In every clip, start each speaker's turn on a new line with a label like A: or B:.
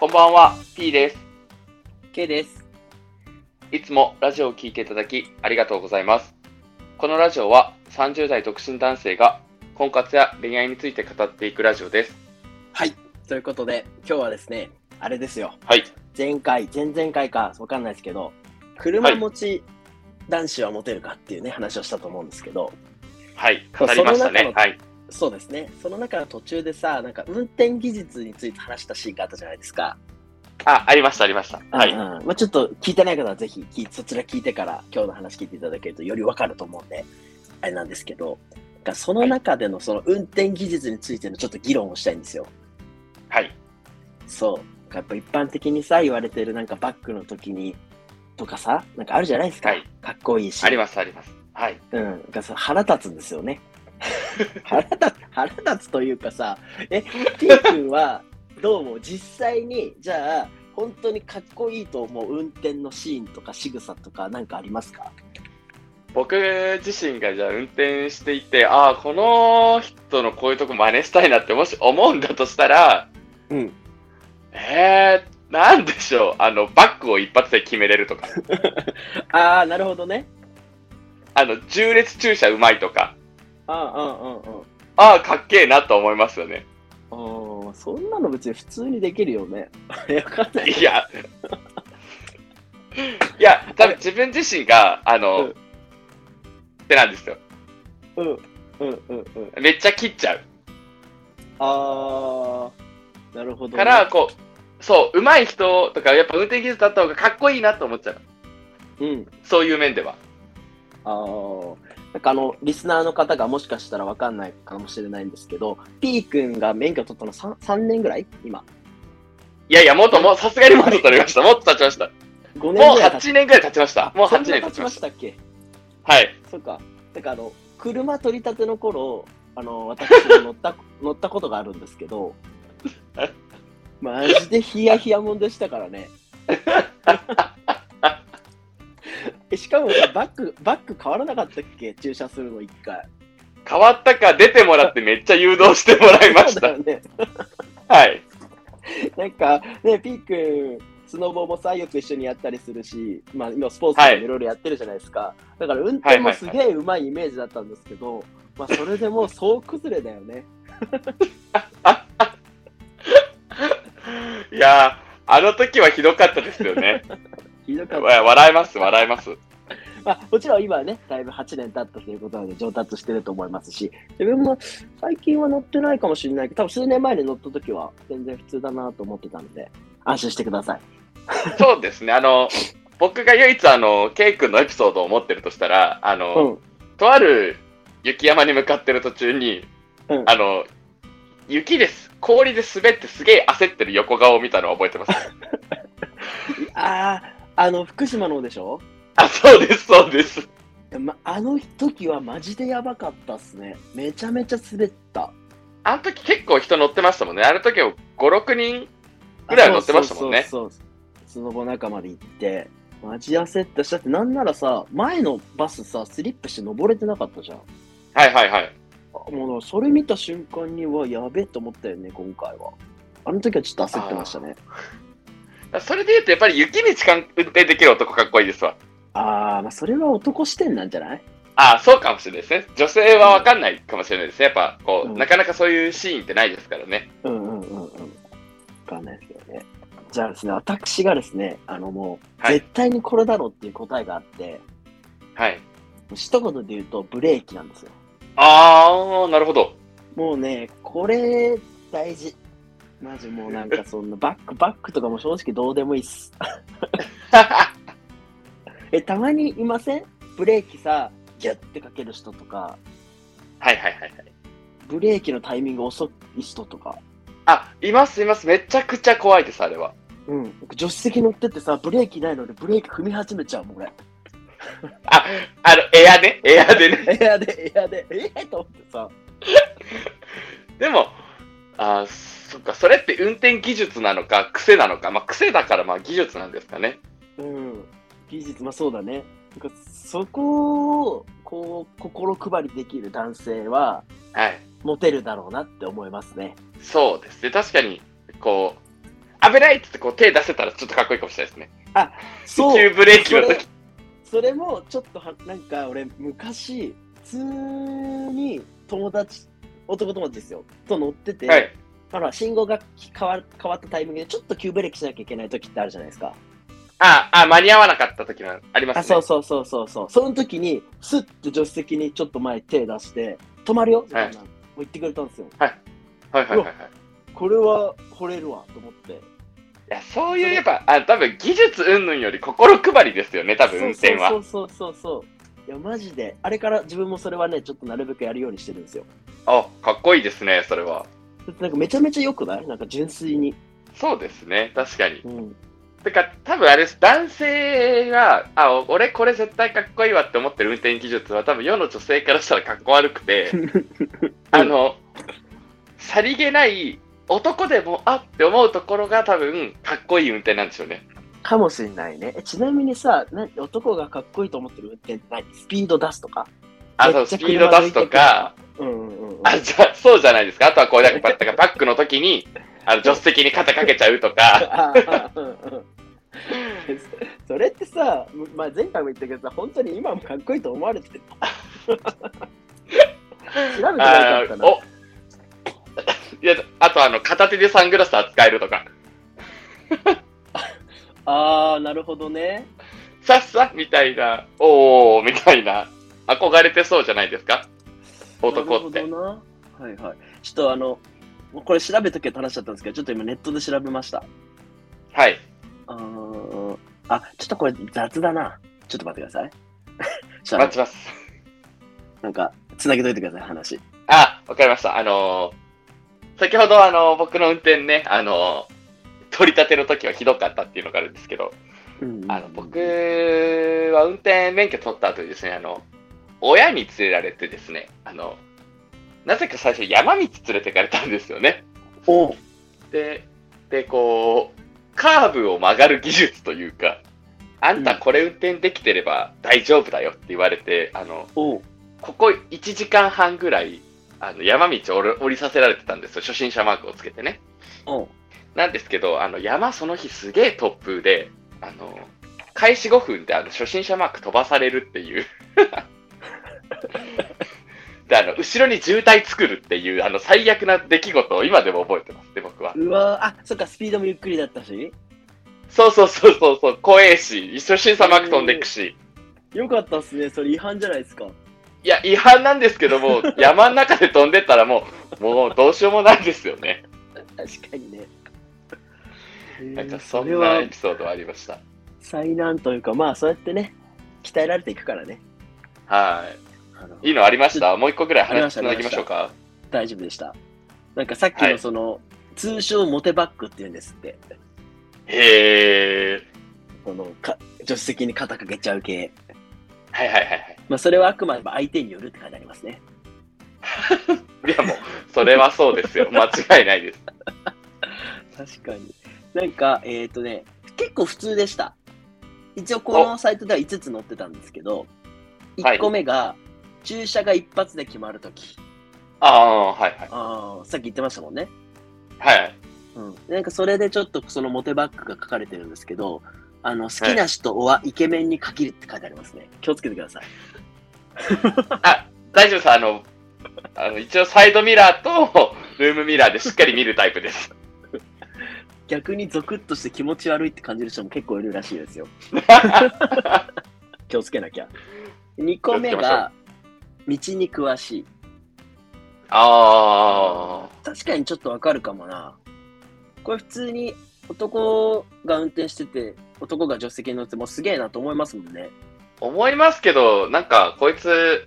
A: こんばんは、P です。
B: K です。
A: いつもラジオを聴いていただきありがとうございます。このラジオは30代独身男性が婚活や恋愛について語っていくラジオです。
B: はい。ということで、今日はですね、あれですよ。
A: はい。
B: 前回、前々回か、わかんないですけど、車持ち男子はモテるかっていうね、話をしたと思うんですけど、
A: はい、語りました
B: その中
A: ね
B: の。
A: はい。
B: そうですね。その中の途中でさ、なんか運転技術について話したシーンがあったじゃないですか。
A: あ、ありました、ありました。は
B: うん
A: い。
B: うんまあちょっと聞いてない方はぜひ聞い、そちら聞いてから今日の話聞いていただけるとよりわかると思うんで、あれなんですけど、なんかその中でのその運転技術についてのちょっと議論をしたいんですよ。
A: はい。
B: そう。やっぱ一般的にさ、言われてるなんかバックの時に、とかさ、なんかあるじゃないですか。
A: はい
B: かっこいいし。
A: あります、あります。はい。
B: うん。なんかその腹立つんですよ ね。腹立つ、腹立つというかさ、え、T 君は、どうも実際に、じゃあ、本当にかっこいいと思う運転のシーンとか仕草とかなんかありますか
A: 僕自身がじゃあ運転していて、ああ、この人のこういうとこ真似したいなってもし思うんだとしたら、
B: うん。
A: えー、なんでしょう。あの、バックを一発で決めれるとか、
B: ああ、なるほどね。
A: あの、重列駐車うまいとか、
B: あうんうんうんうん。
A: ああ、かっけえなと思いますよ ね。
B: あーそんなの別に普通にできるよね。 いやわかんない。
A: いや、いや、多分自分自身が、あ
B: う
A: の、
B: ん
A: ってなんですよ。
B: うん。うんうんうん。
A: めっちゃ切っちゃう。
B: あー、なるほどね、
A: から、こう、そう、上手い人とか、やっぱ運転技術だった方がかっこいいなと思っちゃう。
B: うん。
A: そういう面では。
B: あーなんかあの、リスナーの方がもしかしたらわかんないかもしれないんですけど、P 君が免許取ったの 3, 3年ぐらい今。
A: いやいや、もっともう、さすがにもっと取りました。もっと経ちました。
B: 5
A: も
B: 年
A: う
B: ぐらい経ち
A: 8年ぐらい経ちました。もう
B: そ
A: 8
B: んな
A: 年
B: 経
A: 経
B: ち
A: ち
B: ま
A: ま
B: し
A: した
B: っけ
A: た。はい。
B: そうか。なんかあの、車取り立ての頃、あの、私も乗った 乗ったことがあるんです けど、マジでヒヤヒヤもんでしたからね。えしかもさバック、バック変わらなかったっけ駐車するの1回。
A: 変わったか、出てもらってめっちゃ誘導してもらいま
B: そ
A: し
B: うだ
A: た。
B: よね。
A: はい。
B: なんかね、ピー君、スノボもさ、よく一緒にやったりするし、まあ、今、スポーツで
A: は
B: も
A: い
B: いろいろやってるじゃないですか、だから運転もすげえうまいイメージだったんですけど、まあ、それでもう総崩れだよね。
A: いやー、あの時はひどかったですよね。
B: ひどかった。
A: わ笑えます、笑えます。
B: まあ、もちろん今はね、だいぶ8年経ったということなので、上達してると思いますし、自分も最近は乗ってないかもしれないけど、多分数年前に乗った時は全然普通だなと思ってたので、安心してください。
A: そうですね、あの、僕が唯一、あの、ケイ君のエピソードを持ってるとしたら、あ
B: う
A: の、
B: ん。
A: とある雪山に向かってる途中に、
B: うん
A: あの、雪です、氷で滑ってすげえ焦ってる横顔を見たのを覚えてます。
B: ああ、あの、福島のでしょ
A: あ、そうです、そうです。
B: ま、あの時はマジでやばかったっすね。めちゃめちゃ滑った。
A: あの時結構人乗ってましたもんね。あの時は5、6人ぐらいは乗ってましたもんね。
B: そうそうそうスノボ仲間で行って、マジ焦ったし、だってなんならさ、前のバスさ、スリップして登れてなかったじゃん。
A: はいはいはい。
B: あもうそれ見た瞬間には、やべえと思ったよね、今回は。あの時はちょっと焦ってましたね。
A: それで言うと、やっぱり雪道かん運転できる男かっこいいですわ。
B: あーまあ、それは男視点なんじゃない
A: ああ、そうかもしれないですね。女性はわかんないかもしれないですね。やっぱ、こう、
B: うん
A: なかなかそういうシーンってないですからね。
B: うんうんうんうん。わかんないですけどね。じゃあですね、私がですね、あのもう、
A: はい
B: 絶対にこれだろうっていう答えがあって、
A: はい。
B: 一言で言うとブレーキなんですよ。
A: ああ、なるほど。
B: もうね、これ大事。マジもうなんかそんなバック バックとかも正直どうでもいいっす。え、たまにいませんブレーキさ、ギュッてかける人とか、
A: はいはいはいはい。
B: ブレーキのタイミング遅い人とか、
A: あ、いますいます。めちゃくちゃ怖いです、あれは。
B: うん。助手席乗ってってさ、ブレーキないのにブレーキ踏み始めちゃうもん、俺。
A: あ、あの、エアね。エアでね。
B: エアで、エアで、ええと思ってさ。
A: でも、あーそっか、それって運転技術なのか、癖なのか。まあ、癖だから、まあ、技術なんですかね。
B: うん。技術、まあそうだね。なんかそこを、こう、心配りできる男性は、
A: はい。
B: モテるだろうなって思いますね。
A: そうですね。確かに、こう、危ないっつってこう手出せたらちょっとかっこいいかもしれないですね。
B: そう
A: 急ブレーキの時。
B: それもちょっとはなんか俺昔普通に友達男友達ですよと乗ってて、
A: はい。
B: あの信号が変わ変わったタイミングでちょっと急ブレーキしなきゃいけない時ってあるじゃないですか。
A: ああ、間に合わなかった時のありますね。
B: あそうそうそうそうそうその時にスッて助手席にちょっと前手出して止まるよみたいな、もう言ってくれたんですよ。
A: はいはいはいはい。
B: これは惚れるわと思って。
A: いや、そういう、やっぱ、あ多分技術云々より心配りですよね、多分運転は。
B: そうそうそうそうそう。いやマジであれから自分もそれはねちょっとなるべくやるようにしてるんですよ。
A: あ、かっこいいですね、それは。
B: だってなんかめちゃめちゃ良くないなんか純粋に。
A: そうですね、確かに。
B: うん。
A: てか、多分あれです、男性が、あ、お俺これ絶対かっこいいわって思ってる運転技術は、多分世の女性からしたらかっこ悪く て、あの、さりげない男でも、あって思うところが多分、かっこいい運転なんでしょうね。
B: かもしれないね。えちなみにさ、な男がかっこいいと思ってる運転って何スピード出すとか
A: あ
B: め
A: の、
B: っち
A: ス
B: ゃ
A: ピード出すとか、
B: 車抜いてくるとか。うんうんうんうん。
A: あ、じゃあそうじゃないですか。あとはこう、なんかバッバックの時に、あの、助手席に肩かけちゃうと か、
B: あうんうんそれってさ、むまあ、前回も言ったけどさ、本当に今もかっこいいと思われてる。調べてなか
A: あ
B: った
A: ー
B: な。
A: おいやあとあの片手でサングラス扱えるとか
B: ああ、なるほどね。
A: さっさみたいなおおみたいな憧れてそうじゃないですか男って
B: なるほどな。はいはい。ちょっとあの、もうこれ調べとけって話だったんですけど、ちょっと今ネットで調べました。
A: はい
B: あーあ、ちょっとこれ雑だな。ちょっと待ってください。 ちょっと
A: 待
B: あの
A: ちます
B: なんか、つなげといてください、話。
A: あわかりましたあのー先ほどあのー僕の運転ねあのー取り立ての時はひどかったっていうのがあるんですけどあの僕は運転免許取った後にですねあの親に連れられてですねあのなぜか最初山道連れてかれたんですよね
B: お
A: で、で、こう、カーブを曲がる技術というか、あんたこれ運転できてれば大丈夫だよって言われて、あの、
B: お
A: ここ1時間半ぐらい、あの、山道を降り降りさせられてたんですよ。初心者マークをつけてね。
B: お
A: なんですけど、あの、山その日すげえ突風で、あの、開始5分であの初心者マーク飛ばされるっていう。 で、あの、後ろに渋滞作るっていう、あの、最悪な出来事を今でも覚えてますで僕は。
B: うわーあ、そっか、スピードもゆっくりだったし。
A: そうそうそうそうそう、怖えし、初心者マーク飛んでくし、
B: よかったっすね、それ違反じゃないですか。
A: いや、違反なんですけども、山の中で飛んでったらもう、もうどうしようもないですよね。
B: 確かにね。
A: なんかそ
B: それ
A: んな
B: は
A: エピソードはありました。
B: 災難というか、まあそうやってね、鍛えられていくからね。
A: はい。いいのありましたもう一個ぐらい
B: ありま
A: 話し
B: し
A: たていただきましょうか。
B: 大丈夫でした。なんかさっき
A: は
B: の
A: い
B: その、通称モテバックって言うんですって。
A: へえ。
B: このか助手席に肩かけちゃう系。
A: はいはいはいはい。
B: まあそれはあくまでも相手によるって書いてありますね。
A: いやもう、それはそうです よ。間違いないです。
B: 確かに。なんか、えっ、とね、結構普通でした。一応このサイトでは5つ載ってたんですけど、
A: はい
B: 1個目が、駐車が一発で決まるとき。
A: ああ、はいはい。
B: ああ、さっき言ってましたもんね。
A: はい。
B: うん。なんかそれでちょっとそのモテバッグが書かれてるんですけど、あの、好きな人はイケメンに限るって書いてありますね。気をつけてください。
A: あ、大丈夫です。あの、あの一応サイドミラーとルームミラーでしっかり見るタイプです。
B: 逆にゾクッとして気持ち悪いって感じる人も結構いるらしいです よ。気をつけなきゃ。2個目が、道に詳しい。
A: ああ。
B: 確かにちょっとわかるかもな。これ普通に男が運転してて、男が助手席に乗ってもすげえなと思いますもんね。
A: 思いますけど、なんか、こいつ、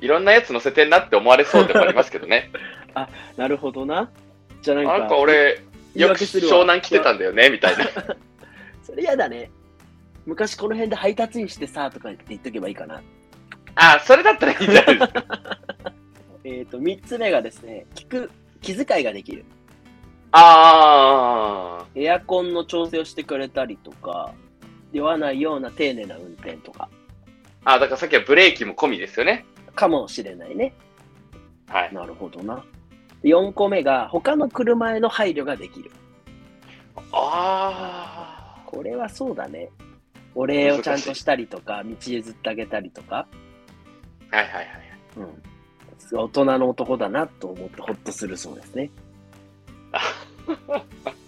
A: いろんなやつ乗せてんなって思われそうでもありますけどね。
B: なるほどな。じゃあ な
A: なんか俺、
B: 言い
A: よく
B: 訳するわ
A: 湘南来てたんだよね、みたいな。
B: それ嫌だね。昔この辺で配達員してさとか言って言っとけばいいかな。
A: あ、それだったらいいんじゃないですか。
B: えっ、と、3つ目がですね、聞く、気遣いができる。
A: あ
B: エアコンの調整をしてくれたりとか、酔わないような丁寧な運転とか、
A: ー。あ、だからさっきはブレーキも込みですよね。
B: かもしれないね。
A: はい。
B: なるほどな。4個目が、他の車への配慮ができる。
A: ああ。
B: これはそうだね。お礼をちゃんとしたりとか、道譲ってあげたりとか、
A: はいはいはい。
B: うん、大人の男だなと思ってほっとするそうですね。
A: あ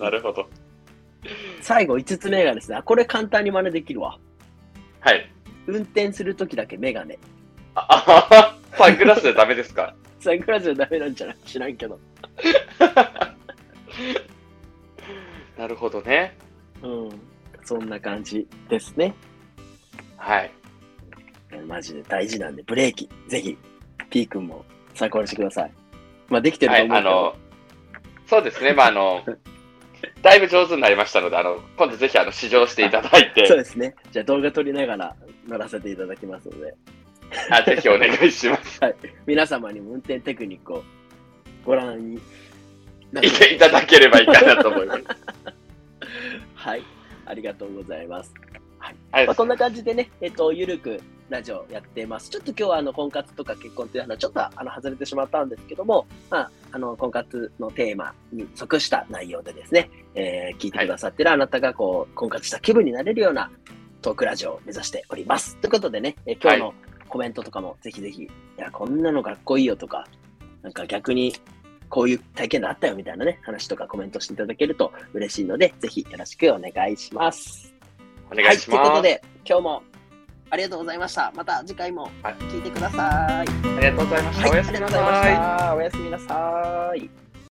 A: なるほど。
B: 最後5つ目がですね、あこれ簡単に真似できるわ。
A: はい。
B: 運転するときだけメガネ。
A: ああははサングラスでダメですか
B: サングラスじゃダメなんじゃない知らんけど。
A: なるほどね。
B: うん。そんな感じですね。
A: はい。
B: マジで大事なんで、ブレーキ、ぜひ、P 君も参考にしてください。まあ、できてる
A: は
B: と思
A: い、
B: う
A: あ
B: けど、
A: の、そうですね。まあ、あの、だいぶ上手になりましたので、あの、今度ぜひ、あの、試乗していただい
B: そう
A: て、
B: ですね。じゃあ動画撮りながら乗らせていただきますので、
A: あぜひお願いします。
B: 皆様にも運転テクニックをご覧になっ
A: いていただければいいかなと思います。
B: はい。ありがとうございます。
A: はい
B: まあ、こんな感じでね、えっと、ゆるくラジオやってます。ちょっと今日はあの婚活とか結婚という話、ちょっとあの外れてしまったんですけども、まあ、あの婚活のテーマに即した内容でですね、えー聞いてくださってるあなたがこう婚活した気分になれるようなトークラジオを目指しております。ということでね、えー今日のコメントとかもぜひぜひ、い、や、こんなのかっこいいよとか、なんか逆にこういう体験があったよみたいなね、話とかコメントしていただけると嬉しいので、ぜひよろしくお願いします。
A: お願いします。
B: はい、ということで、今日もありがとうございました。また次回も
A: はい
B: 聞いてください。
A: ありがとうございました。
B: は
A: お
B: い、あ
A: や
B: り
A: す
B: が
A: み
B: とう
A: な
B: ご
A: さ
B: ざいま
A: い
B: し。た。おやすみなさい。